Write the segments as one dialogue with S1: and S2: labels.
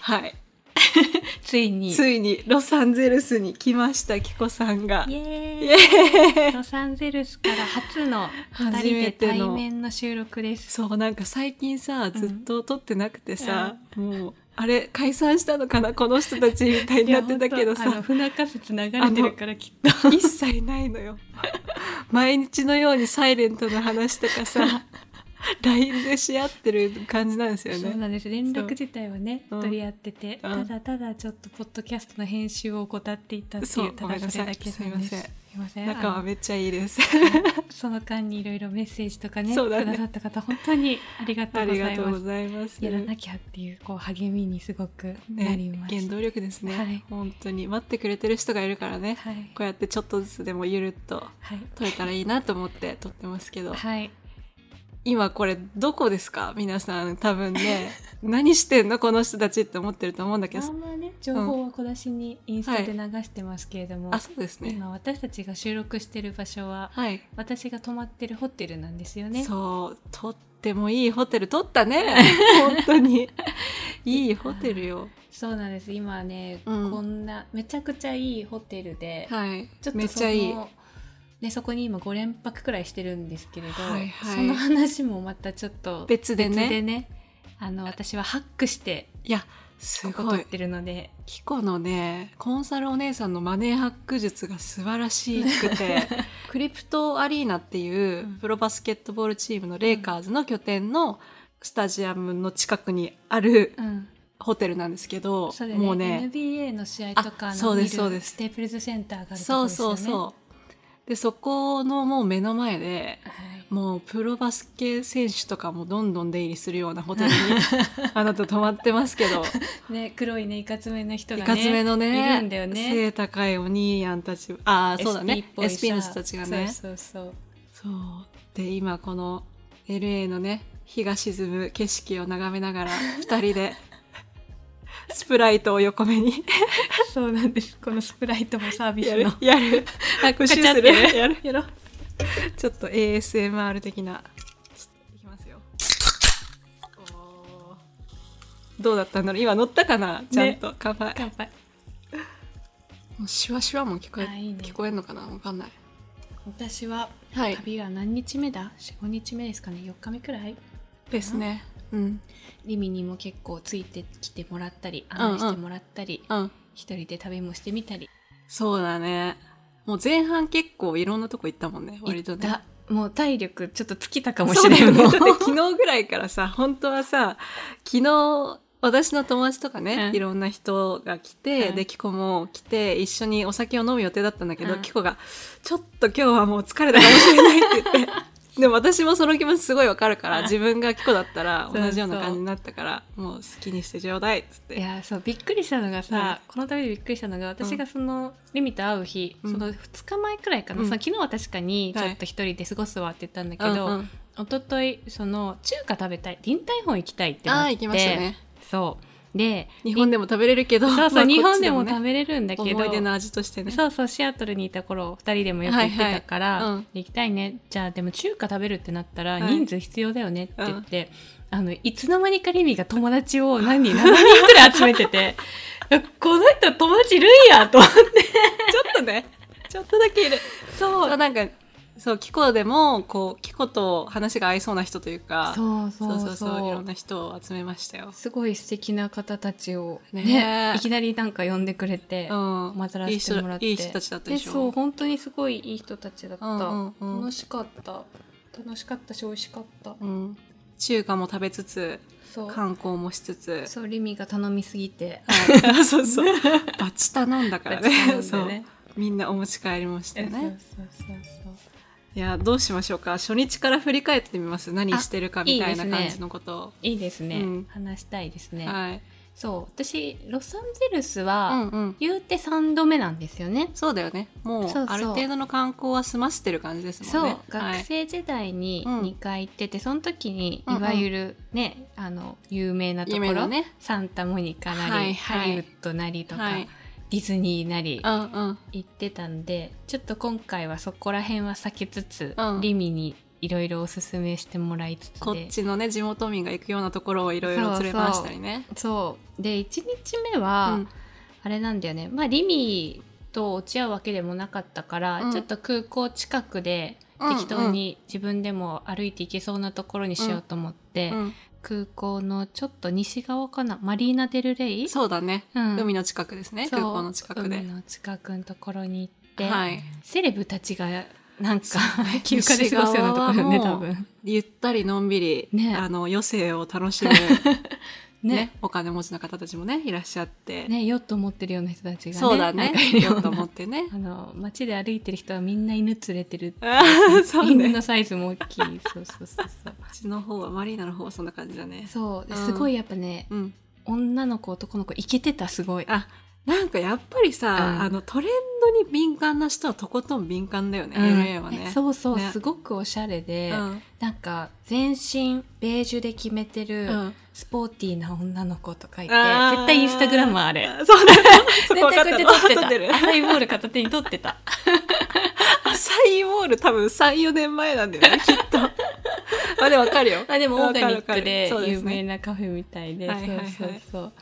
S1: はい
S2: ついに。イ
S1: ついにロサンゼルスに来ましたキコさんが
S2: エーイ
S1: イエーイ
S2: ロサンゼルスから初の2
S1: 初
S2: 人で
S1: めて
S2: 対
S1: の
S2: 面の収録です。
S1: そうなんか最近さずっと撮ってなくてさ、もうあれ解散したのかなこの人たちみたいになってたけど
S2: いや本当あの
S1: さ
S2: 不仲説流れてるからきっと。
S1: 一切ないのよ 毎日のようにサイレントの話とか さ LINE でし合ってる感じなんですよ
S2: そう
S1: ね
S2: なんです連絡自体はね
S1: そう
S2: 取り合ってて、
S1: うん
S2: ただただちょっとポッドキャストの編集を怠っていたって
S1: そ
S2: いううただそれだけ
S1: ごめんなさい
S2: なんですすいません
S1: 仲は
S2: あの
S1: めっちゃいいです
S2: その間にいろいろメッセージとかね
S1: そうだね
S2: くださった方本当にありがと
S1: あ
S2: うご
S1: り
S2: ざ
S1: が
S2: い
S1: とう
S2: ま
S1: ご
S2: す
S1: ざいます
S2: やらなきゃっていうこう励みにすごくなり
S1: ね
S2: ま、
S1: 原
S2: した、
S1: 動力ですね、
S2: はい
S1: 本当に待ってくれてる人がいるからね、
S2: はい
S1: こうやってちょっとずつでもゆるっと
S2: はい
S1: 撮れたらいいなと思って撮ってますけど、
S2: はい
S1: 今これどこですか皆さん多分 ね何してんのこの人たちって思ってると思うんだけど
S2: あんまね情報は小出しにインスタで流してますけれども、
S1: あそうですね
S2: 今私たちが収録してる場所は
S1: はい、
S2: 私が泊まってるホテルなんですよね
S1: そうとってもいいホテル撮った ね本当に いいホテルよ
S2: そうなんです今ね、
S1: うん
S2: こんなめちゃくちゃいいホテルで、
S1: はい
S2: ちょっ
S1: め
S2: と
S1: っ
S2: そ
S1: ち
S2: の
S1: ゃいい
S2: ね、そこに今5連泊くらいしてるんですけれど、
S1: はいはい
S2: その話もまたちょっと
S1: 別でね
S2: あの私はハックして
S1: いやす
S2: ここ
S1: ご
S2: 撮っ
S1: い
S2: てるので
S1: キコのねコンサルお姉さんのマネーハック術が素晴らしく てクリプトアリーナっていう
S2: うん
S1: プロバスケットボールチームのレイカーズの拠点のスタジアムの近くにある
S2: うん、
S1: ホテルなんですけど、
S2: それで、ね
S1: もうね
S2: NBA の試合とか
S1: あ
S2: の
S1: そうです
S2: 見る
S1: そうです
S2: ステープルズセンターがあるとこ
S1: そ
S2: ろ
S1: う
S2: です
S1: そ
S2: よね
S1: うそうでそこのもう目の前で
S2: はい
S1: もうプロバスケ選手とかもどんどん出入りするようなホ テルにあなた泊まってますけど
S2: ね、黒いねいかつめの人
S1: い
S2: が
S1: か
S2: ね
S1: つめのね
S2: いるんだよね
S1: 背高いお兄やんたちああそうだね
S2: SP っぽいさ
S1: SP の人たちがね
S2: そうそうそ
S1: そ
S2: う
S1: うで今この LA のね日が沈む景色を眺めながら二人で スプライトを横目に
S2: そうなんです。このスプライトもサービ
S1: や
S2: ス
S1: る
S2: の。
S1: やる
S2: あ、
S1: プ
S2: こ
S1: ッシュす
S2: す
S1: る
S2: る。
S1: やるやろちょっと ASMR 的なちょっといきますよおーどうだったんだろう今乗ったかなちゃんと、乾杯
S2: 乾杯。
S1: もうシュワシュワも聞こえ
S2: あいいね
S1: 聞こえんのかなわかんない
S2: 私は、
S1: はい
S2: 旅は何日目だ ?4、5日目ですかね。4日目くらい
S1: ですねうん
S2: リミにも結構ついてきてもらったり、案内してもらったり、
S1: うん
S2: 一人で旅もしてみたり。
S1: そうだねもう前半結構いろんなとこ行ったもんね割とね
S2: 行ったもう体力ちょっと尽きたかも
S1: そ
S2: し
S1: うだ
S2: れ
S1: よ
S2: な
S1: ね
S2: い。
S1: だ って昨日ぐらいからさ 本当はさ昨日私の友達とかね、
S2: うん
S1: いろんな人が来て、
S2: うん
S1: でキコも来て一緒にお酒を飲む予定だったんだけど、
S2: うん
S1: キコが「ちょっと今日はもう疲れたかもしれない」って 言ってでも私もその気持ちすごいわかるから
S2: うん
S1: 自分がキコだったら
S2: そうそう
S1: 同じような感じになったからもう好きにしてちょうだいっつっ
S2: い
S1: て
S2: やーそうびっくりしたのがさ、この旅でびっくりしたのが私がその、リミと会う日、
S1: うん
S2: その2日前くらいかな、
S1: うん
S2: その昨日は確かにちょっと一人で過ごすわって言ったんだけど、
S1: うんうん
S2: 一昨日その中華食べたい臨海本行きたいって
S1: あ
S2: なっ
S1: あ
S2: て
S1: 行きましたね
S2: そうで
S1: 日本でも食べれるけど
S2: そう
S1: ま
S2: そ
S1: あ
S2: う日
S1: こっ
S2: 本
S1: ち
S2: でも
S1: ね
S2: 食べれるんだけど
S1: 思い出の味としてね
S2: そうそうシアトルにいた頃2人でもよく行ってたから、
S1: はいはいうん
S2: 行きたいねじゃあでも中華食べるってなったら
S1: はい
S2: 人数必要だよねって言って、あのいつの間にかリミが友達を何人何人くらい集めてて いやこの人友達いるんやと思って
S1: ちょっとねちょっとだけいる
S2: そ
S1: そうなんかそうキコでもこうキコと話が合いそうな人というか
S2: そうそうそう
S1: そうそうそういろんな人を集めましたよ、
S2: すごい素敵な方たちをね
S1: ねえ
S2: いきなりなんか呼んでくれて、
S1: うん、
S2: 混ざらせてもらって
S1: いい人いい人たちだったでしょ
S2: そう本当にすごいいい人たちだった、
S1: うんうんうん
S2: 楽しかった楽しかったし美味しかった、
S1: うん、中華も食べつつ
S2: そう
S1: 観光もしつつ
S2: そうリミが頼みすぎて
S1: はい そうそうバチ頼んだからね
S2: 頼ん
S1: そ
S2: で
S1: うみんなお持ち帰りもして
S2: そうそう
S1: ね
S2: そうそう
S1: いやどうしましょうか初日から振り返ってみます何してるかみたいな感じのことを
S2: いいですね、
S1: うん
S2: 話したいですね、
S1: はい、
S2: そう私ロサンゼルス
S1: う
S2: は、
S1: んうん
S2: 言うて3度目なんですよね
S1: そうだよねもう
S2: そうそう
S1: ある程度の観光は済ませてる感じですも
S2: そ
S1: ん
S2: う、
S1: ねはい
S2: 学生時代に
S1: うん
S2: 2回行ってて、その時に
S1: うんう
S2: い
S1: ん
S2: わゆるね、あの有名なとこ
S1: 夢
S2: ろ、
S1: のね
S2: サンタモニカなり、
S1: はいはい
S2: ハリウッドなりとか、
S1: はい
S2: ディズニーなり
S1: うんうん
S2: 行ってたんでちょっと今回はそこら辺は避けつつ、
S1: うん
S2: リミにいろいろおすすめしてもらいつつで
S1: こっちのね地元民が行くようなところをいろいろ連れ回したりね
S2: そうで1日目は、
S1: うん
S2: あれなんだよねまあリミと落ち合うわけでもなかったから、
S1: うん
S2: ちょっと空港近くで
S1: うん
S2: 適当に自分でも歩いて行けそうなところにしようと思って、
S1: うん
S2: 空港のちょっと西側かなマリーナ・デル・レイ
S1: そうだね、
S2: うん
S1: 海の近くですね
S2: そう
S1: 空港の近くで
S2: 海の近くのところに行って、
S1: はい
S2: セレブたちがなんか
S1: そう
S2: 休暇で過ごすようなところよね
S1: 西側
S2: 多
S1: はもう
S2: 分
S1: ゆったりのんびり、
S2: ね
S1: あの余生を楽しむ、ね
S2: ね
S1: お金持ちの方たちもねいらっしゃって、
S2: ねヨット持ってるような人たちが ね
S1: そうだ
S2: な
S1: ね
S2: んかいるよう
S1: よ
S2: な
S1: と思って ね
S2: あの街で歩いてる人はみんな犬連れてる
S1: あー そう
S2: 犬
S1: ね
S2: のサイズも大きいそうそうそうそう
S1: うちの方はマリーナの方はそんな感じだね
S2: そうで
S1: うん
S2: すごいやっぱね、
S1: うん
S2: 女の子男の子イケてたすごい
S1: あなんかやっぱりさ、
S2: うん
S1: あのトレンドに敏感な人はとことん敏感だよね、
S2: うん
S1: LA はね。
S2: そうそう、
S1: ね
S2: すごくおしゃれで、
S1: うん
S2: なんか全身ベージュで決めてる、
S1: うん
S2: スポーティーな女の子とかいて
S1: あー
S2: 絶対インスタグラマーあれ
S1: そうだね。 そこ分か
S2: 絶
S1: っ
S2: 対
S1: た
S2: こ
S1: の
S2: うやっ
S1: 撮
S2: て撮
S1: っ
S2: っ
S1: てて
S2: た
S1: る。
S2: 浅いボール片手に撮ってた
S1: サインウォール多分3、4年前なんだよ ね、きっと。まあでもわかるよ。
S2: あでもオーガニッ
S1: わかる
S2: クで
S1: わかる
S2: 有名
S1: そう
S2: なカフェみたいで
S1: はいはいはい
S2: そうそうそう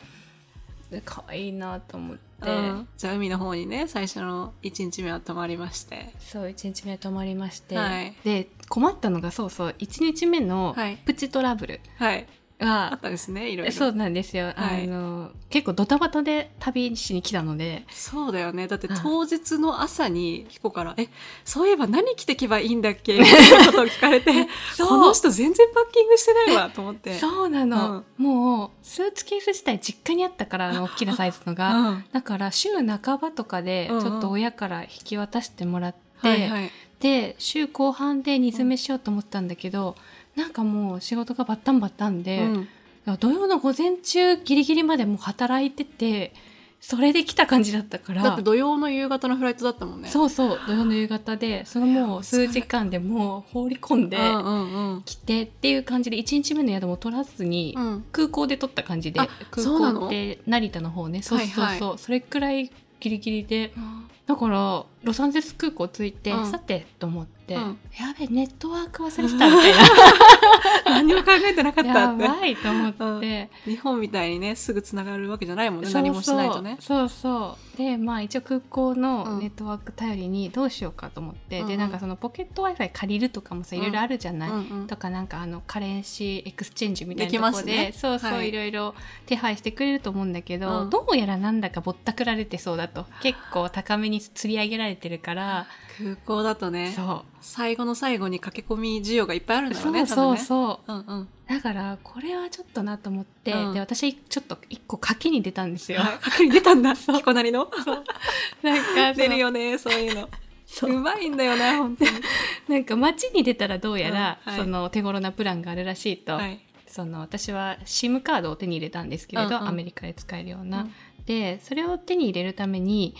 S2: で可愛いなと思って、
S1: ですねうんじゃあ海の方にね、最初の1日目は泊まりまして。
S2: そう1日目は泊まりまして、
S1: はい
S2: で困ったのがそうそう1日目の
S1: はい
S2: プチトラブル
S1: はい。あ
S2: は
S1: っ、たですね、いろいろ。
S2: そうなんですよ、
S1: はい
S2: あの結構ドタバタで旅しに来たので
S1: そうだよね。だって
S2: うん
S1: 当日の朝に、ヒコから、え、そういえば何着てけばいいんだっ けみたいなことを聞かれて、
S2: そう
S1: この人全然パッキングしてないわ、と思って。
S2: そうなの、もうスーツケース自体実家にあったからあの大きなサイズのが、
S1: うん
S2: だから週半ばとかでち
S1: うんうん
S2: ょっと親から引き渡してもらって、
S1: はいはい。
S2: で週後半で煮詰めしようと思ったんだけど、なんかもう仕事がバッタンバッタンで、
S1: うん
S2: 土曜の午前中ギリギリまでもう働いててそれで来た感じだったから
S1: だって土曜の夕方のフライトだったもんね。う
S2: そうそう土曜の夕方でそのもう数時間でもう放り込んで
S1: で、うんうん
S2: 来てっていう感じで1日目の宿も取らずに。
S1: うん。うん
S2: 空港で撮った感じで
S1: あ
S2: 空
S1: そうなの
S2: 港って成田の方ねそうそうそう、
S1: はいは
S2: それくらいギリギリでだからロサンゼルス空港着いて、
S1: うん
S2: さてと思って、
S1: うん
S2: やべネットワーク忘れてたみたいな
S1: 何も考えてなかったって
S2: や。ばいと思って、
S1: 日本みたいにね、すぐつながるわけじゃないもんね。
S2: そうそう
S1: 何もしないとね。
S2: そうそうでまあ一応空港
S1: う
S2: の
S1: ん
S2: ネットワーク頼りにどうしようかと思って、
S1: うんう
S2: で
S1: ん
S2: なんかそのポケット w i f i 借りるとかもさ
S1: うん
S2: いろいろあるじゃない、
S1: うんうん
S2: とかなんかあのカレンシーエクスチェンジみたい
S1: で
S2: な
S1: き
S2: と
S1: ま
S2: こ
S1: す
S2: で
S1: ね
S2: そうそう、、
S1: はいい
S2: ろいろ手配してくれると思うんだけど、
S1: うん
S2: どうやらなんだかぼったくられてそうだと結構高めに釣り上げられてるから、
S1: 空港だとね、
S2: そう
S1: 最後の最後に駆け込み需要がいっぱいあるんだろ
S2: そうう
S1: ね、
S2: そう
S1: う。
S2: そう
S1: うんうん。
S2: だからこれはちょっとなと思って、
S1: うん
S2: で私ちょっと一個賭けに出たんですよ。
S1: はい、確認出たんだ。キコなりの。
S2: なんか
S1: 出るよね、そういうの。
S2: そう
S1: うまいんだよな、本当に。
S2: なんか街に出たらどうやら、
S1: うんはい
S2: その手頃なプランがあるらしいと、
S1: はい。
S2: その私は SIM カードを手に入れたんですけれど、
S1: うんうん
S2: アメリカで使えるような。
S1: うん
S2: でそれを手に入れるために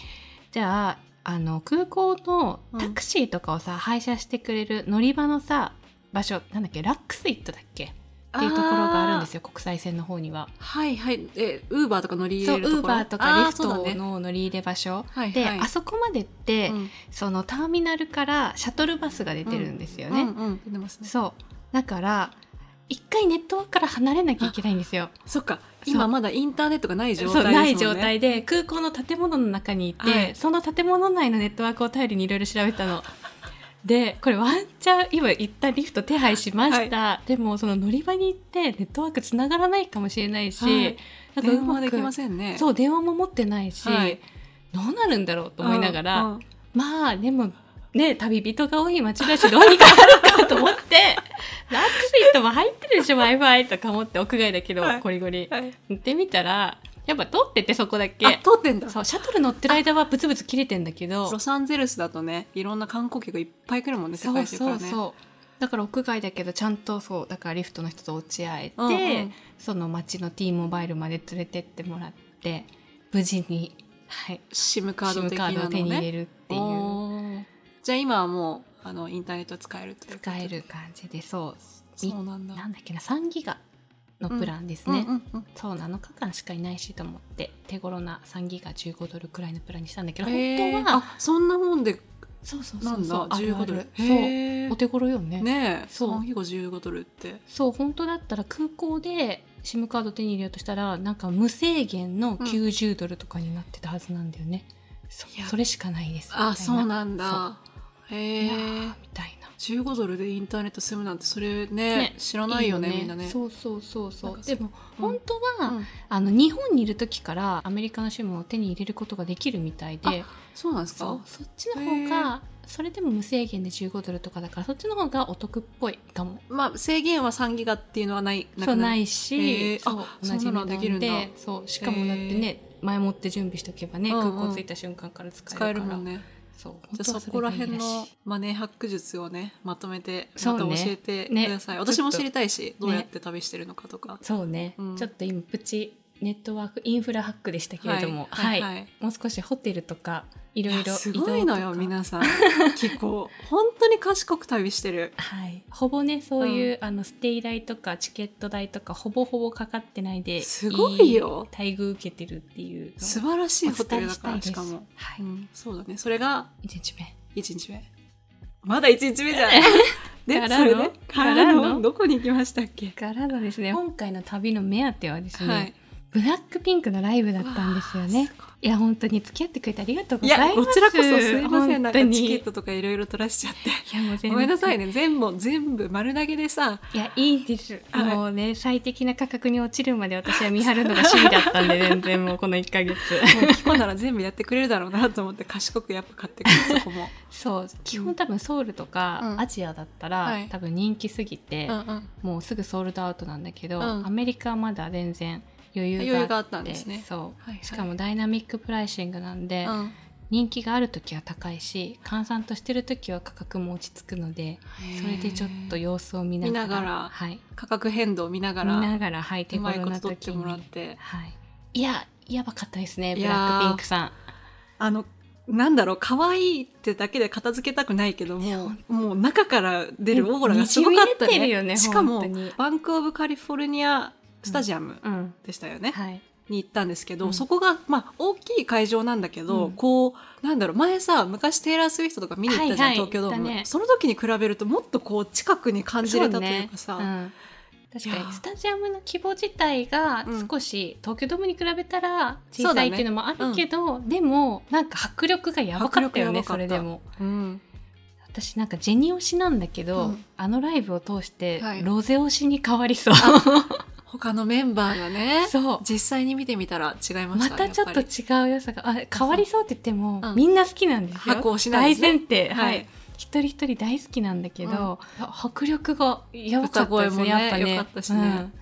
S2: じゃああの空港のタクシーとかをさ、配車してくれる乗り場のさ場所なんだっけラックスイットだっけっていうところがあるんです
S1: よ。
S2: よ国際線の方には。
S1: はいはい。え、ウーバーとか乗り入
S2: そう
S1: れ
S2: ウ
S1: ると
S2: ー
S1: ころ
S2: バーとかリフ
S1: あそうだ
S2: ト
S1: ね
S2: の乗り入れ場所
S1: はい
S2: で、
S1: はい
S2: あそこまでって、
S1: うん
S2: そのターミナルからシャトルバスが出てるんですよね。
S1: うんうん出てますね。
S2: そうだから一回ネットワークから離れなきゃいけないんですよ。
S1: そっか
S2: そう
S1: 今まだインターネットがない状
S2: そう
S1: 態ですもんね
S2: ない状態で空港の建物の中にいて、
S1: はい
S2: その建物内のネットワークを頼りにいろいろ調べ たの。でこれワンチャン今一旦リフト手配しました、でもその乗り場に行ってネットワークつながらないかもしれないし、
S1: はい
S2: なんかう
S1: 電
S2: ま
S1: 話
S2: く
S1: できませんね
S2: そうう電話も持ってないし、
S1: はい
S2: どうなるんだろうと思いながら、
S1: んうん
S2: まあでもね旅人が多い町だしどうにかなるかと思って ラックスイットも入ってるでしょ w i f i とか思って屋外だけど、
S1: はい
S2: ゴリゴリ
S1: はい
S2: 行ってみたらやっぱ通っててそこだ
S1: あ
S2: け
S1: 通ってんだ
S2: そうシャトル乗ってる間はブツブツ切れてんだけど
S1: ロサンゼルスだとねいろんな観光客いっぱい来るもんね世
S2: そう
S1: 界中か
S2: そ
S1: ら
S2: う
S1: ね
S2: そうだから屋外だけどちゃんとそうだからリフトの人と落ち合えて、
S1: うんうん
S2: その町の T モバイルまで連れてってもらって無事に、はい、
S1: SIM カード
S2: SIM
S1: 的な
S2: カード
S1: の
S2: を手に入れ
S1: ね
S2: るっていう
S1: おーじゃあ今はもうあのインターネットは使えるということ
S2: 使える感じでそう
S1: そうなんだ
S2: なんだっけな3ギガのプランですね、
S1: うんうんうん
S2: そう7日間しかいないしと思って手頃な3ギガ15ドルくらいのプランにしたんだけど、
S1: へー
S2: 本当は
S1: あそんなもんで
S2: そうそう
S1: な
S2: そうんそ
S1: だ
S2: うあるあ
S1: 15ドル
S2: るそう
S1: へえ
S2: お手頃よね
S1: ねえ
S2: そう
S1: 3ギガ15ドルって
S2: そう本当だったら空港で SIM カード手に入れようとしたらなんか無制限
S1: う
S2: の
S1: ん
S2: 90ドルとかになってたはずなんだよね、そ
S1: いや
S2: それしかないですみたいな
S1: あそうなんだ
S2: そうい
S1: へ
S2: や
S1: え
S2: ーみたいな
S1: 15ドルでインターネット済むなんてそれね
S2: ね
S1: 知らないよね
S2: いい
S1: みんなね
S2: そうそうそうそ
S1: なん
S2: う
S1: かそ
S2: で
S1: う
S2: も
S1: うん
S2: 本当は、
S1: うん
S2: あの日本にいる時からアメリカの SIM を手に入れることができるみたいで
S1: そうなんです
S2: そう
S1: か
S2: そっちの方がそれでも無制限で15ドルとかだからそっちの方がお得っぽいかも。
S1: まあ制限は3ギガっていうのはない
S2: そう
S1: く
S2: ないいし、
S1: へー
S2: そう
S1: あ
S2: 同じ
S1: そんなの
S2: 値段
S1: できるんだ
S2: でそうしかもだってね前もって準備しておけばね、
S1: うんうん
S2: 空港着いた瞬間から使
S1: 使
S2: え
S1: え
S2: る
S1: る
S2: から
S1: もんね
S2: そう
S1: じゃあそこら辺のマネーハック術をねまとめて
S2: そ
S1: ま
S2: う
S1: た
S2: ね
S1: 教えてく
S2: ね
S1: ださい、
S2: ちょっと
S1: 私も知りたいしどうや
S2: ね
S1: って旅してるのかとか、
S2: そうね、
S1: うん
S2: ちょっと今プチネットワークインフラハックでしたけれども
S1: はい
S2: はい
S1: はいはい
S2: もう少しホテルとかいろ
S1: い
S2: い
S1: や
S2: ろ
S1: すごいのよ
S2: ん
S1: 皆 さん気候本当に賢く旅してる
S2: はい、ほぼねそういう、あのステイ代とかチケット代とかほぼほぼかかってないです
S1: ごいよ
S2: い待遇受けてるっていうのを
S1: 素晴らしいホテルだから
S2: お伝えたいです
S1: しかも、
S2: は
S1: う
S2: い、
S1: ん、そうだねそれが
S2: 一日目
S1: 1日目まだ1日目じ ゃん
S2: か
S1: で
S2: ら
S1: それ
S2: の
S1: でか
S2: からら
S1: の
S2: の
S1: どこに行きましたっけ
S2: からのですね今回の旅の目当てはですね、
S1: はい
S2: ブラックピンクのライブだったんですよね
S1: わあごい
S2: いや本当に付き合ってくれてありがとうご
S1: い
S2: ざいま
S1: や
S2: す
S1: こちらこそすいませんなんか
S2: 本当に
S1: チケットとかいろいろ取らしちゃって
S2: いやもう全然
S1: ごめんなさいね全部全部丸投げでさ
S2: いやいいです、
S1: はい
S2: もうね最適な価格に落ちるまで私は見張るのが趣味だっ たんで全然もうこの1ヶ月
S1: もうキコなら全部やってくれるだろうなと思って賢くやっぱ買ってくるそこも。
S2: そう基本多分ソウルと
S1: う
S2: か
S1: ん
S2: アジアだったら、
S1: はい
S2: 多分人気すぎて、
S1: ん
S2: もうすぐソールドアウトなんだけど、
S1: うん
S2: アメリカはまだ全然余裕があって
S1: 余裕があったんですね
S2: そう、
S1: はいはい
S2: しかもダイナミックプライシングなんで、
S1: うん、
S2: 人気がある時は高いし閑散としてる時は価格も落ち着くのでそれでちょっと様子を見ながら
S1: 見ながら
S2: はい、
S1: 価格変動見なが
S2: 見
S1: ら
S2: ながら、はいう手
S1: まい
S2: 頃
S1: こと
S2: な
S1: 取って
S2: 時に
S1: もらって
S2: はい、いややばかったですね
S1: い
S2: ブ
S1: やー
S2: ラックピンクさ
S1: あのなんだろう可愛いってだけで片付けたくないけど
S2: いや
S1: も
S2: 本
S1: もう中から出るオーラ
S2: ん
S1: がすごかった
S2: にじみ出てるよ
S1: ね
S2: ね
S1: しかも
S2: 本当に
S1: バンク・オブ・カリフォルニア・スタジアム
S2: うん
S1: でしたよね、
S2: はい
S1: に行ったんですけど、
S2: うん
S1: そこが、まあ、大きい会場なんだけど、
S2: うん
S1: こうなんだろう前さ昔テイラー・スウィフトとか見に行ったじゃん、
S2: はいはい
S1: 東京ドーム、
S2: 行ったね
S1: その時に比べるともっとこう近くに感じれたというかさ
S2: そうねうん確
S1: い
S2: か
S1: や
S2: にスタジアムの規模自体が
S1: うん
S2: 少し東京ドームに比べたら
S1: そう
S2: 小
S1: だ
S2: さ
S1: ね
S2: いっていうのもあるけど、でもなんか迫力がやばかったよね
S1: 迫力や
S2: そ
S1: ばかった
S2: れでも
S1: うん
S2: 私なんかジェニ推しなんだけ
S1: う
S2: ど、
S1: ん
S2: あのライブを通して
S1: はい
S2: ロゼ推しに変わりそう、
S1: 他のメンバーがね
S2: そう
S1: 実際に見てみたら違いまし
S2: ま
S1: た、ね、
S2: たちょっと
S1: やぱり
S2: 違う良さがあ変わりそうって言っても、
S1: うん
S2: みんな好きなんですよ
S1: 箱推しなんで
S2: 大
S1: すね
S2: 前提はい、
S1: はい
S2: 一人一人大好きなんだけど、迫力がやばかったで
S1: 歌声
S2: すね
S1: もね
S2: やっぱね
S1: 良かったしね
S2: うん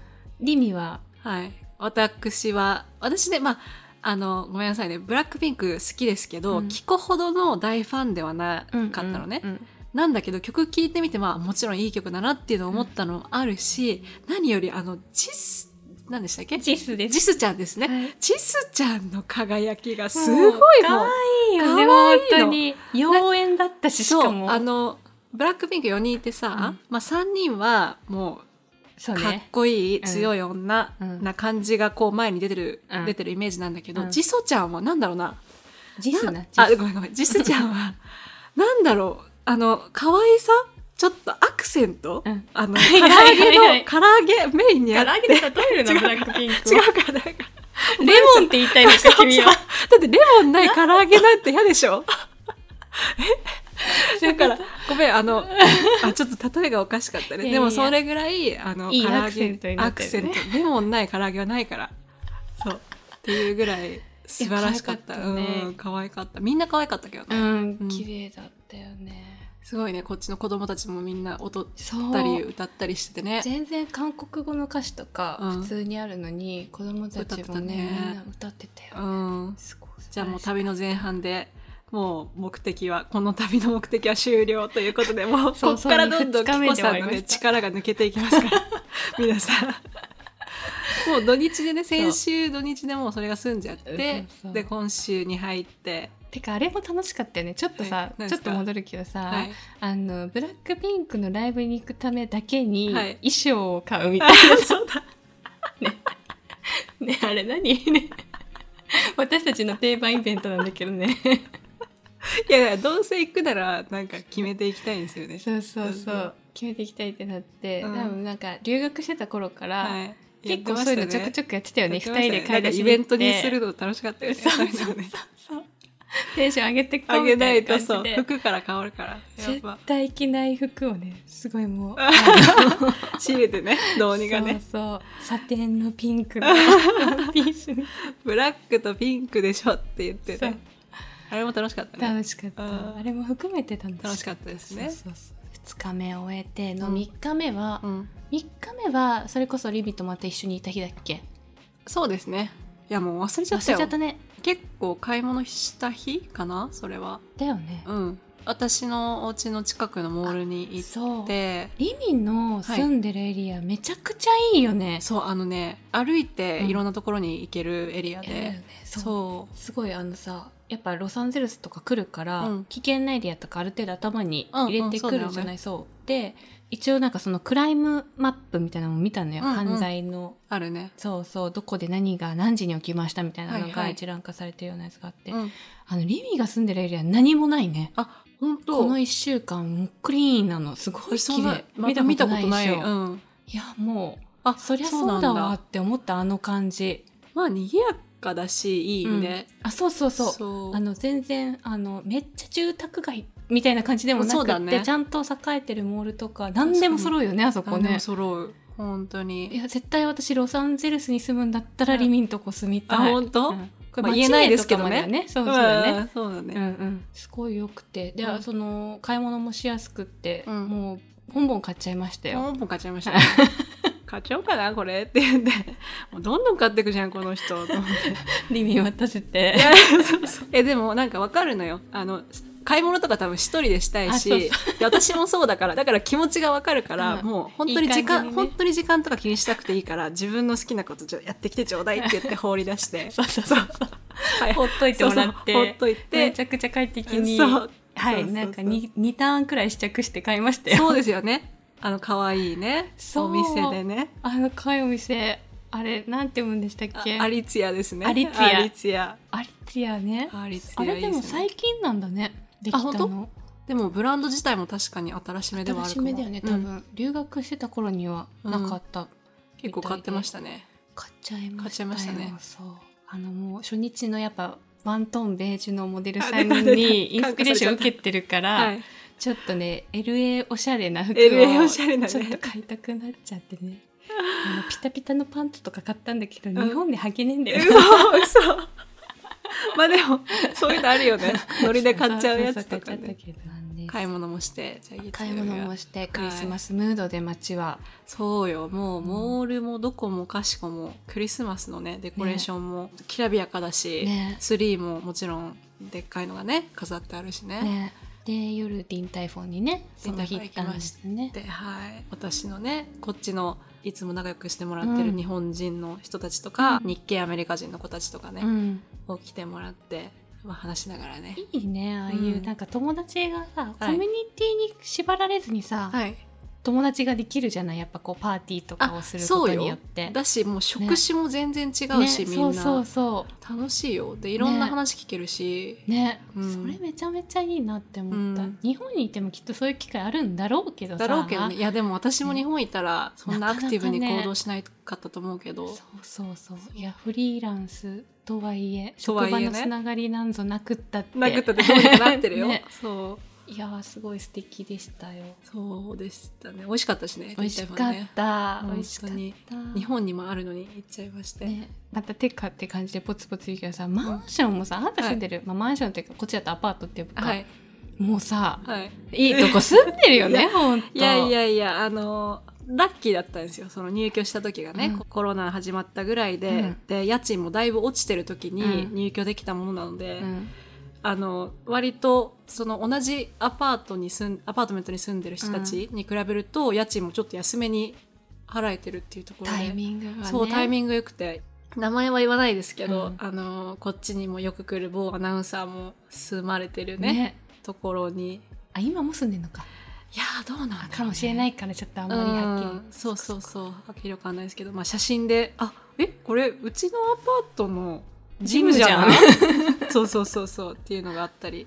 S2: リミは
S1: はい私は私ねまああのごめんなさいねブラックピンク好きですけど、
S2: うん
S1: 聞くほどの大ファンではなかったのね、
S2: うんうんうん
S1: なんだけど曲聴いてみてまあもちろんいい曲だなっていうのを思ったのもあるし、何よりあのジス何でしたっけ
S2: ジスです
S1: ジスちゃんですね、
S2: はい
S1: ジスちゃんの輝きがすごいもう
S2: 可愛いよね
S1: 可愛いの
S2: 本当に妖艶だったしし
S1: そ
S2: か
S1: う
S2: も
S1: あのブラックピンク4人いてさ、
S2: うん
S1: まあ、3人はも
S2: そうう
S1: かっ
S2: ね
S1: こいい、
S2: うん
S1: 強い女
S2: うん
S1: な感じがこう前に出てる、
S2: うん
S1: 出てるイメージなんだけど、
S2: うん
S1: ジソちゃんはなんだろうな
S2: ジスな
S1: な
S2: ジス
S1: あごめんごめんジスちゃんは なんだろうあの可愛さちょっとアクセント、
S2: うん
S1: あの唐
S2: い
S1: 揚
S2: はい
S1: げ
S2: はいは
S1: の
S2: い
S1: 唐揚げメインにあ
S2: 唐
S1: っ
S2: 揚げ
S1: て
S2: で例える
S1: 違
S2: の
S1: う
S2: ブラックピンク
S1: 違
S2: を
S1: うからなんか
S2: レモンって言いたいんですか君は
S1: だってレモンない唐揚げなんて嫌でしょえだから ごめんあ のあちょっと例えがおかしかったね
S2: いやいやいや
S1: でもそれぐらいあの
S2: いい
S1: 唐揚げ
S2: アクセントにな
S1: ア
S2: っ
S1: ク
S2: て
S1: セ
S2: る
S1: ン
S2: ね
S1: トレモンない唐揚げはないからそうっていうぐらい素晴らしかった
S2: いや可愛かったね
S1: うん可愛かったみんな可愛かったけどね、
S2: うん
S1: ん
S2: 綺麗だったよね
S1: すごいねこっちの子供たちもみんな踊っ
S2: そう
S1: たり歌ったりしててね
S2: 全然韓国語の歌詞とか
S1: うん
S2: 普通にあるのに、子供たちも
S1: 歌って
S2: ね
S1: たね
S2: みんな歌ってた
S1: う
S2: よ、
S1: ん
S2: すごい
S1: じゃあもう旅の前半でもう目的はこの旅の目的は終了ということでもう
S2: そ
S1: こ
S2: う
S1: っからどんどん紀
S2: そう二日目
S1: 子
S2: で終
S1: さ
S2: わ
S1: ん
S2: り
S1: の、
S2: ま
S1: ね、
S2: した
S1: 力が抜けていきますから皆さんもう土日でね先週土日でもうそれが済んじゃって
S2: そうそう
S1: で今週に入って、
S2: てかあれも楽しかったよねちょっと
S1: はい
S2: さ、
S1: 何で
S2: ちょ
S1: す
S2: っ
S1: か
S2: と戻るけどさ、
S1: はい、
S2: あのブラックピンクのライブに行くためだけに
S1: はい
S2: 衣装を買うみたいな、
S1: そうだ
S2: ねあれ何ね私たちの定番イベントなんだけどね
S1: いやいやどうせ行くならなんか決めていきたいんですよね。
S2: そうそうそ
S1: そう
S2: う決めていきたいってなって、
S1: うん
S2: 多分なんか留学してた頃から、
S1: はい。
S2: 結構そういうのちょくち
S1: ょく
S2: ょくやってたよね二、人で
S1: なん
S2: 買い
S1: か
S2: 出し
S1: イ
S2: に
S1: ベ
S2: 行
S1: ン
S2: っ
S1: ト
S2: て
S1: にするの楽しかったよね。
S2: そうそ
S1: そう
S2: う
S1: いうのね
S2: そうテンション上げてこう
S1: あげないと
S2: みた
S1: そ
S2: な
S1: う
S2: 感じで
S1: 服から変わるからやっぱ
S2: 絶対着ない服をねすごいもう
S1: 仕入れてねどうにかね
S2: そうそうサテンのピン クのピースに
S1: ブラックとピンクでしょって言ってねあれも楽しかったね。
S2: 楽しかった、
S1: うん
S2: あれも含めて楽し
S1: 楽しかったですね。
S2: そうそうそう2日目終えての
S1: うん
S2: 3日目は、
S1: うん、
S2: 3日目はそれこそリビとまた一緒にいた日だっけ
S1: そうですね。いやもう忘れちゃ
S2: 忘れ
S1: った
S2: ち
S1: よ。
S2: ゃったね
S1: 結構買い物した日かなそれは。
S2: だよね、
S1: うん。私のお家の近くのモールに行
S2: そう
S1: って
S2: リミの住んでるエリア、めちゃくちゃいいよね
S1: そうあのね歩いて
S2: うん
S1: いろんなところに行けるエリアで、
S2: いやだよね
S1: そ
S2: そううすごいあのさやっぱロサンゼルスとか来るから、
S1: うん
S2: 危険なエリアとかある程度頭に
S1: うん
S2: 入れてくるじゃない、
S1: うんそうだよ
S2: そうで一応なんかそのクライムマップみたいなのも見たのよ、
S1: うんうん
S2: 犯罪の
S1: あるね、
S2: そうそうどこで何が何時に起きましたみたいなの
S1: はいは
S2: が
S1: い
S2: 一覧化されてるようなやつがあって、
S1: うん、
S2: あのリミが住んでるエリア何もないね
S1: あ本当
S2: この1週間もうクリーンなのすごい
S1: そ
S2: 綺
S1: んな
S2: 麗、
S1: ま、見たこと
S2: で
S1: ない
S2: しょ
S1: うん、
S2: いやもう
S1: あ
S2: そりゃそうだ
S1: な
S2: わ
S1: ん
S2: って思ったあの感じ
S1: まあ賑やかだしいいね、
S2: あそうそうそう
S1: そう
S2: あの全然あのめっちゃ住宅街みたいな感じでもな
S1: そ
S2: く
S1: う
S2: て、
S1: だね
S2: ちゃんと栄えてるモールとか何でも揃うよねあそこ
S1: 何でも
S2: ね
S1: 揃う本当
S2: い
S1: に
S2: や絶対私ロサンゼルスに住むんだったら
S1: うん
S2: リミンとこ住みた
S1: あ
S2: い、
S1: 本当
S2: うんこれ
S1: まあ
S2: 街
S1: 言えないですけどね
S2: 絵とかもだよそうそうだよね
S1: んそうだ
S2: うんう
S1: ね、
S2: ん、すごい良くてで、
S1: うん
S2: その買い物もしやすくって、
S1: うん
S2: もうボンボン買っちゃいましたよ、
S1: もうポンポン買っちゃいましたね 買っちゃおうかなこれって言ってもうどんどん買ってくじゃんこの人と思って
S2: リミン渡せ て
S1: えでもなんかわかるのよあの買い物とか多分一人でしたいし
S2: あそう
S1: で私もそうだからだから気持ちがわかるから、
S2: うん
S1: もう本当に時間
S2: いい感じにね
S1: 本当に時間とか気にしたくていいから自分の好きなことちょやってきてちょうだいって言って放り出して
S2: そうそうそう
S1: はい
S2: ほっといて
S1: そう
S2: も
S1: そう
S2: らって
S1: ほっとい
S2: め
S1: て
S2: ちゃくちゃ快適に
S1: そう
S2: はい
S1: そうそうそう
S2: なんか 2, 2ターンくらい試着して買いましたよ
S1: そうですよねあの可愛いね
S2: そう
S1: お店でね
S2: あのかいお店あれなんて読むんでしたっ
S1: あ
S2: け
S1: アリツヤですね
S2: アリツヤ
S1: アリツヤ
S2: アリツヤね
S1: アリツヤ
S2: あれで
S1: いい
S2: も
S1: すよね
S2: 最近なんだねできた
S1: あ本
S2: の
S1: でもブランド自体も確かに新しめではあ
S2: 新
S1: る
S2: し
S1: かも
S2: めだよね多
S1: うん
S2: 分、留学してた頃にはなかった、
S1: 結構買ってましたね
S2: 買っちゃいましたよ
S1: 買っちゃいましたね
S2: そうあのもう初日のやっぱワントーンベージュのモデルさん
S1: あ出た出た
S2: にインスピレーション受けてるから、
S1: はい
S2: ちょっとね LA おしゃれな服を
S1: LA おしゃれなね
S2: ちょっと買いたくなっちゃって ねあのピタピタのパンツとか買ったんだけど、
S1: うん
S2: 日本で履けねえんだよ ね
S1: 嘘嘘まあでもそういうのあるよねノリで買っちゃうやつとか
S2: そうそうそう買っちゃった
S1: ね
S2: けどなんで
S1: 買い物もしてじゃあ月曜日は
S2: 買い物もしてクリスマスムードで街は、
S1: そうよもう
S2: うん
S1: モールもどこもかしこもクリスマスのねデコレーションもきらびやかだし、
S2: ね
S1: ツリーももちろんでっかいのがね飾ってあるしね
S2: ねで夜ディンタイフォンにね
S1: デ
S2: そ
S1: ィン
S2: の
S1: タイフォン
S2: 日行っ
S1: 行き
S2: たん
S1: ま
S2: で
S1: し
S2: すね
S1: ではい私のねこっちのいつも仲良くしてもらってる
S2: うん
S1: 日本人の人たちとか、
S2: うん
S1: 日系アメリカ人の子たちとかね
S2: う、ん、
S1: を来てもらって、まあ、話しながらね
S2: いいねああいう、
S1: うん
S2: なんか友達がさ
S1: は
S2: コ
S1: い
S2: ミュニティに縛られずにさ、
S1: はい
S2: 友達ができるじゃないやっぱこうパーティーとかをする
S1: そ
S2: こ
S1: う
S2: と
S1: よ
S2: によって。
S1: だしもう職種も全然違う
S2: ね、
S1: し、みん
S2: そ
S1: な
S2: うそうそ
S1: 楽しいよでいろんな
S2: ね
S1: 話聞けるし、
S2: うね、
S1: うん
S2: それめちゃめちゃいいなって思った、
S1: うん
S2: 日本にいてもきっとそういう機会あるんだろうけどさ
S1: だろうけどねいやでも私も日本いたらそんなアクティブに
S2: なかな
S1: 行
S2: かね
S1: 動しなかったと思うけど、
S2: そうそうそういやフリーランスとはいえ
S1: とはい
S2: 職場
S1: えね
S2: のつながりなんぞなくったって
S1: 殴ったってどうにかなってるよ、
S2: ね
S1: そう
S2: いやーすごい素敵でしたよ
S1: そうでしたね美味しかったしね
S2: 美味しかっ
S1: ね本
S2: た、
S1: 当に
S2: 美味しかった
S1: 日本にもあるのに行っちゃいまして、
S2: ねまたテカって感じでポツポツ言うけどさマンションもさ、あんた住んでる、まあ、マンションっていうかこっちだとアパートっていうか、
S1: はい
S2: もうさ
S1: はい
S2: いいとこ住んでるよ
S1: い
S2: ね
S1: や
S2: ほんと
S1: いやいやいやあのラッキーだったんですよその入居した時がね、
S2: うん
S1: コロナ始まったぐらいで、
S2: うん
S1: で家賃もだいぶ落ちてる時に
S2: うん
S1: 入居できたものなので、
S2: うん
S1: あの割とその同じアパートに住んアパートメントに住んでる人たちに比べると、家賃もちょっと安めに払えてるっていうところで
S2: タイミングがね
S1: そうタイ
S2: ン
S1: ミング良くて名前は言わないですけど、
S2: うん
S1: あのこっちにもよく来る某アナウンサーも住まれてるね
S2: ね
S1: ところに
S2: あ今も住んでるのか
S1: いやーどうなんだろうね、
S2: かもしれないからちょっとあんまりはっきり、
S1: うん、そうそうそうはっきりわかんないですけど、まあ、写真で「あえこれうちのア パートのジムじゃん」そうそうそうそうっていうのがあったり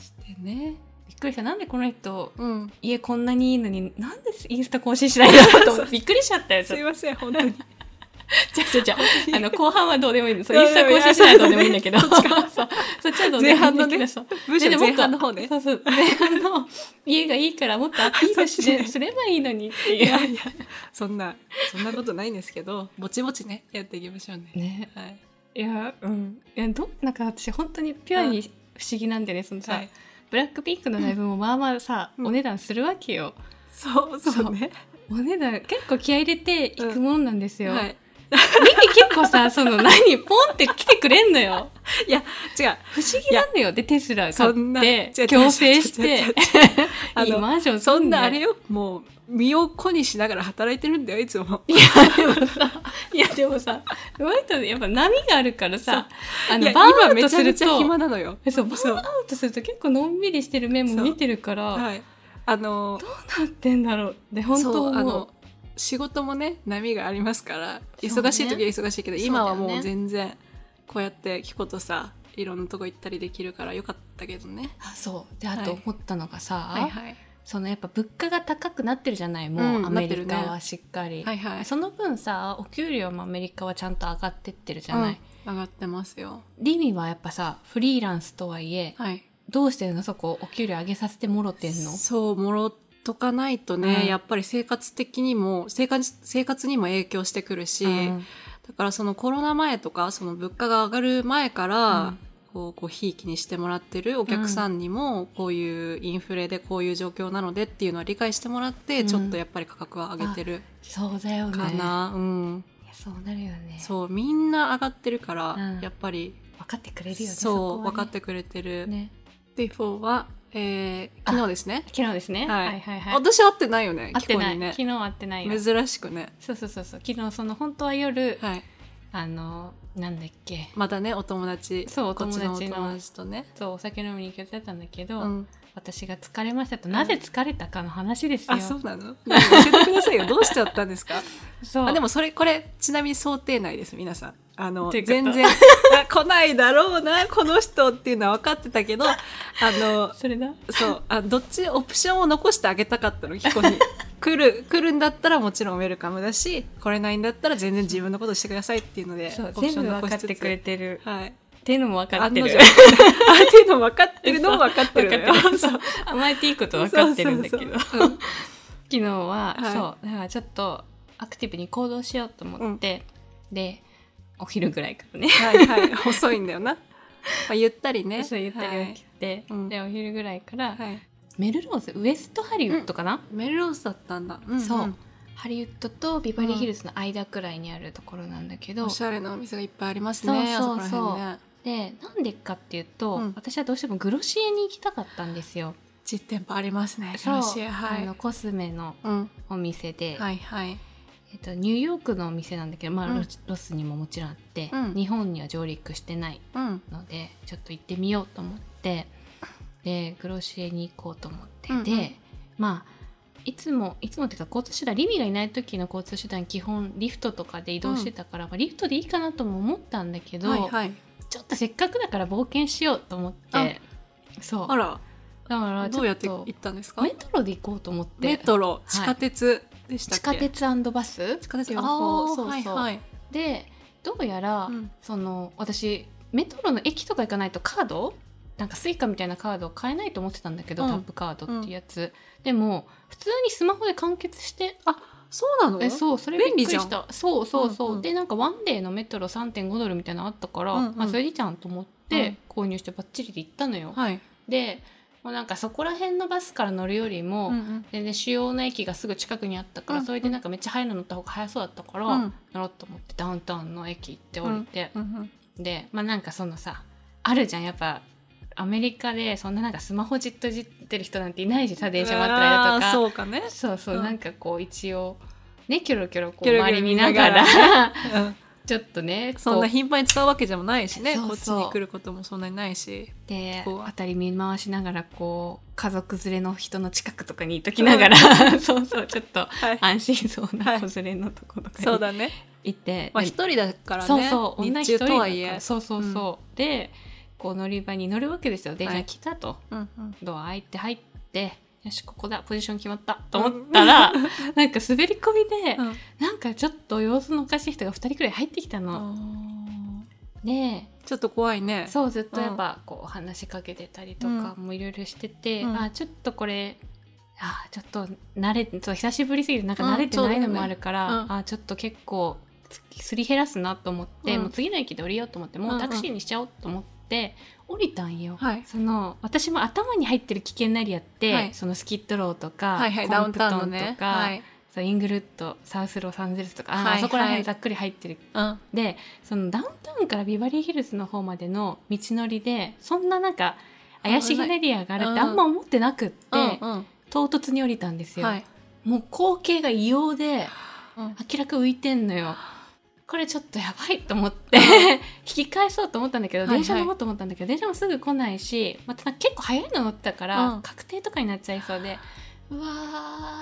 S1: してね
S2: びっくりしたなんでこの人
S1: うん
S2: 家こんなにいいのになんでインスタ更新しないんだ ろうと思ってびっくりしちゃったよち
S1: す
S2: ょっ
S1: い
S2: と
S1: ません本 当に
S2: じゃあじゃあじゃ ああの後半はどうでもいいんです
S1: いや
S2: インスタ更新しないとどうでもいいんだけど
S1: いやいやいやそっ
S2: そうそっちはどう
S1: 前
S2: でもいい
S1: 半
S2: んだ
S1: の
S2: け
S1: ね
S2: どそう
S1: 文章
S2: でもっ
S1: 前
S2: と
S1: 半の方ね
S2: そうそう前半の家がいいからもっとアピー ルし
S1: そうです
S2: て
S1: ね
S2: すればいいのにっていう
S1: いやそんなそんなことないんですけどぼちぼちねやっていきましょうね
S2: ね
S1: はい
S2: いやうんいやどなんか私本当にピュアに不思議なんだよねそのさ、
S1: はい
S2: ブラックピンクのライブもまあまあさ、
S1: うん
S2: お値段するわけよ
S1: そうそうね
S2: お値段結構気合い入れていくもんなんですよ、
S1: はい
S2: 見て結構さその何ポンって来てくれんのよ
S1: 違う
S2: 不思議なんだよでテスラ買
S1: そん
S2: っ
S1: な
S2: て
S1: 違う
S2: 強制し
S1: 違う違う違
S2: て
S1: あ
S2: いい
S1: の
S2: マンション
S1: そんなあれ
S2: よ
S1: よもう身を粉にしながら働いてるんだよいつも
S2: いやでもさいやでもさ割とやっぱ波があるからさあ
S1: い
S2: の
S1: や
S2: バーンア
S1: 今
S2: ウ
S1: め
S2: ト
S1: ちゃ
S2: す
S1: め
S2: る
S1: ちゃ
S2: と
S1: 暇なのよ
S2: えそうバーンアウトすると結構のんびりしてる面も見てるから、
S1: はいあの
S2: なってんだろうで本当
S1: そうあ
S2: 思う
S1: の仕事もね波がありますから
S2: そうね
S1: 忙しい時は忙しいけど、
S2: そうだよね
S1: 今はもう全然こうやってキコとさいろんなとこ行ったりできるからよかったけどね
S2: あそうであ
S1: はい
S2: と思ったのがさ、
S1: はいはい
S2: そのやっぱ物価が高くなってるじゃないもう、
S1: うん
S2: ア
S1: なっ
S2: メリカ
S1: てる
S2: は
S1: ね
S2: しっかり、
S1: はいはい
S2: その分さお給料もアメリカはちゃんと上がってってるじゃない、
S1: うん上がってますよ
S2: リミはやっぱさフリーランスとはいえ
S1: はい
S2: どうしてるのそこお給料上げさせてもろてんの
S1: そうもろとかないとね、
S2: うん
S1: やっぱり生活的にも生活生活にも影響してくるし、
S2: うん
S1: だからそのコロナ前とかその物価が上がる前から、こうこうひいきにしてもらってるお客さんにもこういうインフレでこういう状況なのでっていうのは理解してもらって、
S2: うん
S1: ちょっとやっぱり価格は上げてる
S2: そうだよね
S1: かな、うん、
S2: いやそうなるよね
S1: そうみんな上がってるから、
S2: うん
S1: やっぱり
S2: 分かってくれるよね
S1: そう、分かっててくれてる、
S2: るね
S1: で4は、えー、昨日ですね
S2: 昨日ですね、
S1: はい
S2: はいはいはい
S1: 私会ってないよね
S2: 会ってない、
S1: キコにね
S2: 昨日会ってないよ
S1: 珍しくね
S2: そうそうそうそう昨日その本当は夜、
S1: はい
S2: あのなんだっけ
S1: またねお友達
S2: そうお
S1: こっ
S2: 友
S1: ち
S2: 達の
S1: のお友達とね
S2: そうお酒飲みに行くやつだったんだけど、
S1: うん、
S2: 私が疲れましたとなぜ疲れたかの話ですよ、
S1: あそうなの教えてください よどうしちゃったんですか
S2: そう
S1: あでもそれこれちなみに想定内です皆さんあの
S2: っていう
S1: 全
S2: こと
S1: 然あ来ないだろうなこの人っていうのは分かってたけどあの
S2: それだ
S1: そうあどっちオプションを残してあげたか ったのキコに来る来るんだったらもちろんウェルカムだし来れないんだったら全然自分のことしてくださいっていうので
S2: そう
S1: オプショ
S2: 全
S1: ン
S2: 部分
S1: 残
S2: か
S1: し
S2: っ
S1: つつ
S2: てくれてる
S1: はい
S2: っていうのも分かっ
S1: 案
S2: て
S1: の
S2: る
S1: 定 あっていうのも分かってるのも分かってるのよ
S2: 分かってる
S1: そう
S2: 甘えていいこと分かってるんだけ
S1: そ
S2: ど
S1: う
S2: 昨
S1: そうそう
S2: 日は、
S1: はい
S2: そうだからちょっとアクティブに行動しようと思って、でお昼ぐらいからね
S1: はいはい遅いんだよ な、まあ、ゆったりね
S2: そうゆったり起きて、
S1: はいうん
S2: でお昼ぐらいから、
S1: はい、はい、
S2: メルローズウエストハリウッドかな、
S1: メルロースだったんだ、んん
S2: そうハリウッドとビバリーヒルズの間くらいにあるところなんだけど、
S1: おしゃれなお店がいっぱいありますね
S2: そうそうそう
S1: あこら辺ね
S2: でなんでかっていうと、
S1: うん
S2: 私はどうしてもグロシエに行きたかったんですよ。
S1: 実店舗ありますね
S2: そう
S1: 楽しいは
S2: あ
S1: い
S2: のコスメの
S1: うん
S2: お店で、
S1: はいはい
S2: えっと、ニューヨークのお店なんだけど、まあ
S1: うん
S2: ロスロスにももちろんあって、
S1: うん
S2: 日本には上陸してない
S1: うん
S2: のでちょっと行ってみようと思ってでグロシエに行こうと思ってて、
S1: うんうん
S2: まあいつもいつもっていうか交通手段リミがいない時の交通手段基本リフトとかで移動してたから、まあリフトでいいかなとも思ったんだけど、
S1: はいはい
S2: ちょっとせっかくだから冒険しようと思ってそう
S1: あら
S2: だからち
S1: ど
S2: ょ
S1: うや
S2: っ
S1: って行
S2: と
S1: ったんですか
S2: メトロで行こうと思って
S1: メトロ地下鉄でしたっ
S2: 地
S1: け、
S2: 下鉄バス
S1: 地下鉄
S2: あ
S1: 横
S2: ー
S1: そうそう、
S2: そうそう
S1: はい
S2: でどうやら、
S1: うん
S2: その私メトロの駅とか行かないとカードなんかスイカみたいなカードを買えないと思ってたんだけど、
S1: うん
S2: タップカードっていうやつ、でも普通にスマホで完結して
S1: そうなの
S2: えそうそれびっくり
S1: 便
S2: し
S1: 利じ
S2: たそうそうそう、
S1: うんうん
S2: でなんかワンデーのメトロ3.5ドルみたいなのあったから、
S1: うんうん
S2: あそれでいいじゃんと思っ
S1: う
S2: て
S1: ん
S2: 購入してバッチリで行ったのよ、
S1: はい、
S2: でもうなんかそこら辺のバスから乗るよりも、
S1: うんうん
S2: 全然主要な駅がすぐ近くにあったから、
S1: うん
S2: それでなんかめっちゃ早いの乗った方が早そうだったから、
S1: うん
S2: 乗ろうと思ってダウンタウンの駅行って降りて、
S1: うんうん
S2: でまあなんかそのさあるじゃんやっぱアメリカでそんななんかスマホじっとじってる人なんていないしさ電車待ってる間と
S1: あー
S2: か
S1: そうかね、
S2: そうそう、
S1: うん
S2: なんかこう一応ねキョロキョロこう
S1: キョロキョロ
S2: 周り見ながら
S1: 見うん
S2: ちょっとね
S1: そんな
S2: こう
S1: 頻繁に使うわけでもないしね
S2: そうそう
S1: こっちに来ることもそんなにないし
S2: で
S1: こう
S2: 辺り見回しながらこう家族連れの人の近くとかにいときながら、 そうそうちょっと
S1: はい
S2: 安心そうな子連れのとこと
S1: そう
S2: か
S1: だね
S2: に行って、
S1: まあ
S2: で
S1: 一人だからね
S2: そうそう女
S1: 日
S2: 一
S1: 中
S2: 人だ
S1: とはいえ
S2: そうそうそう、でこう乗り場に乗るわけですよ電
S1: は
S2: 車
S1: い
S2: 来たと、
S1: うんうん
S2: ドア開いて入ってよしここだポジション決まったと思ったら、
S1: うん
S2: なんか滑り込みで、
S1: うん
S2: なんかちょっと様子のおかしい人が2人くらい入ってきたの。で
S1: ちょっと怖いね
S2: そうずっとやっぱこう話しかけてたりとかもいろいろしてて、
S1: うん
S2: あちょっとこれあちょっと慣れちょっと久しぶりすぎてなんか慣れてないのもあるから、
S1: うんそうだよね
S2: あちょっと結構つすり減らすなと思って、
S1: うん
S2: もう次の駅で降りようと思って
S1: うん
S2: も
S1: う
S2: うんタクシーにしちゃおうと思って降りたんよ。
S1: はい
S2: その私も頭に入ってる危険なエリアって、
S1: はい
S2: そのスキットローとか、
S1: はいはい
S2: コ
S1: ダウ
S2: ン
S1: ン
S2: プ
S1: タウン
S2: ト
S1: の
S2: ン
S1: ね
S2: とか、
S1: はい
S2: そうイングルッドサウスロサンゼルスとか、あー
S1: はい
S2: そこら
S1: は
S2: 辺
S1: い
S2: ざっくり入ってる
S1: うん
S2: でそのダウンタウンからビバリーヒルズの方までの道のりでそんななんか怪しげなエリアがあるって
S1: あ
S2: あんま思ってなくって、
S1: うんうん
S2: 唐突に降りたんですよ、
S1: はい
S2: もう光景が異様で
S1: うん
S2: 明らか浮いてんのよこれちょっとやばいと思って 引き返そうと思ったんだけ
S1: は
S2: ど、
S1: いはい
S2: 電車乗ろうと思ったんだけど電車もすぐ来ないしまたなんか結構早いの乗ってたから、
S1: うん
S2: 確定とかになっちゃいそうでうわ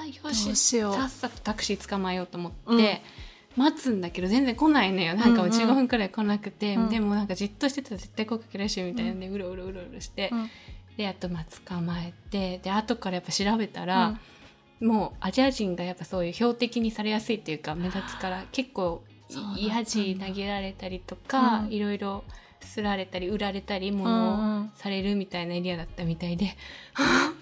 S2: ーよ
S1: ど
S2: し
S1: うしよう
S2: さっさとタクシー捕まえようと思って、
S1: うん
S2: 待つんだけど全然来ないのよなんかもう
S1: うんうん
S2: 15分くらい来なくて、
S1: うん
S2: でもなんかじっとしてたら絶対声かけられるしみたいなんで、うろうろうろうろして、
S1: うん
S2: でやっとまあ捕まえてで後からやっぱ調べたら、もうアジア人がやっぱそういう標的にされやすいっていうか目立つから結構
S1: そうなんだ
S2: いヤジ投げられたりとか、
S1: うん
S2: いろいろすられたり売られたり
S1: う
S2: 物を
S1: ん うん
S2: されるみたいなエリアだったみたいで、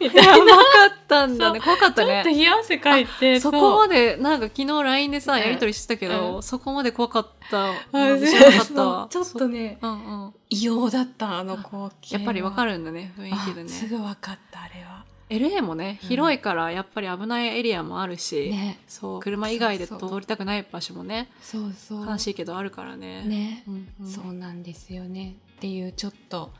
S1: やばかったんだね怖かった
S2: ちょっ
S1: ね
S2: と冷や汗かいて
S1: そうこまでなんか昨日 LINE で
S2: う
S1: さ
S2: ん
S1: やり取りしてたけど、
S2: う
S1: そこまで怖かった
S2: あ
S1: 知らなかったわ
S2: そうちょっとね
S1: うんうん、
S2: 異様だったあの光景
S1: やっぱりわか
S2: る
S1: るんだね雰囲気でね
S2: すぐ分かったあれは
S1: LA もね
S2: うん
S1: 広いからやっぱり危ないエリアもあるし、
S2: ね
S1: そう車以外で
S2: そう
S1: 通
S2: そう
S1: りたくない場所もね
S2: そうそう
S1: 悲しいけどあるからね
S2: ね、
S1: うんうん
S2: そうなんですよねっていうちょっと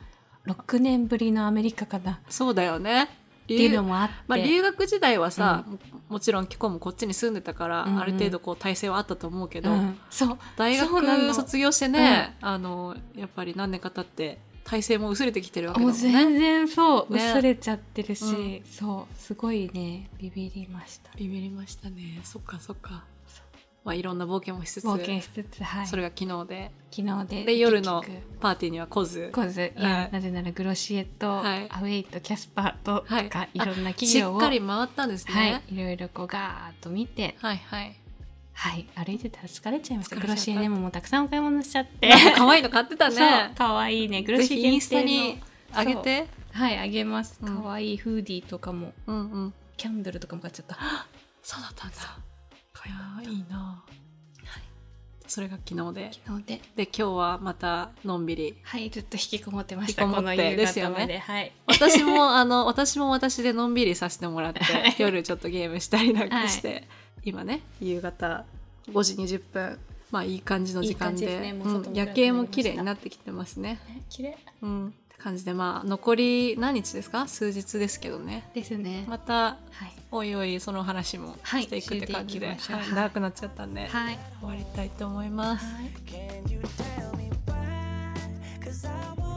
S2: 6年ぶりのアメリカかなっ
S1: そうだよね
S2: て
S1: 理
S2: いう
S1: 由
S2: のもあって、
S1: まあ、留学時代はさ、ももちろん今日もこっちに住んでたから、
S2: うんうん
S1: ある程度こう体制はあったと思うけど、
S2: うんそう
S1: 大
S2: そうなの
S1: 学卒業してね、あのやっぱり何年か経って体制も薄れてきてるわけだ
S2: も
S1: も
S2: うん
S1: ね
S2: 全然そう、
S1: ね
S2: 薄れちゃってるし、
S1: う
S2: そうすごいねビビりました
S1: ビビりましたねそっかそっかまあいろんな冒険もしつつ
S2: 冒険しつつはい
S1: それが昨日で
S2: 昨日で
S1: で夜の
S2: 結局
S1: パーティーには来ず
S2: コズいや、
S1: はい
S2: なぜならグロシエと、
S1: はい
S2: アウェイとキャスパーと
S1: はい
S2: か、い、ろんな企
S1: し
S2: 業
S1: っ
S2: を
S1: かり回ったんですね、
S2: はい、いろいろこうガーッと見て、
S1: はいはい。
S2: はい、歩いてたら疲れちゃいました
S1: 疲れちゃ
S2: グロ
S1: った
S2: シエでももうたくさんお買い物しちゃって
S1: なんか可愛いの買ってた
S2: そう
S1: ね。
S2: かわいいねグロ
S1: ぜ
S2: シエ
S1: ひ
S2: 限定
S1: イ
S2: の
S1: ンスタにあげて。
S2: はいあげます
S1: うん
S2: かわいいフーディーとかも、
S1: うんうん。
S2: キャンドルとかも買っちゃった
S1: そうだったんだ。
S2: 買い物
S1: いやいいな。
S2: はい
S1: それが昨日で。
S2: 昨日で
S1: で今日はまたのんびり。
S2: はい、ずっと引きこもってました。
S1: 引きこ
S2: こ
S1: も
S2: の
S1: って
S2: 夕
S1: です
S2: 方
S1: よ
S2: まで。
S1: ね
S2: はい。
S1: 私も あの私も私でのんびりさせてもらって
S2: はい、
S1: 夜ちょっとゲームしたりなん
S2: は
S1: か
S2: い
S1: して、今ね夕方5時20分。まあいい感じの時間で
S2: いい感じですねもう
S1: うん
S2: 外も暗くなりました
S1: 夜景も綺麗になってきてますね。
S2: 綺麗
S1: うん、って感じでまあ残り何日ですか数日ですけどね
S2: ですね。
S1: また
S2: はい。
S1: おいおいその話も
S2: はい
S1: していくって感じで、
S2: していきましょう
S1: はい長くなっちゃったんで、
S2: はい。
S1: 終わりたいと思います。
S2: はい
S3: Can you tell me why? Cause I want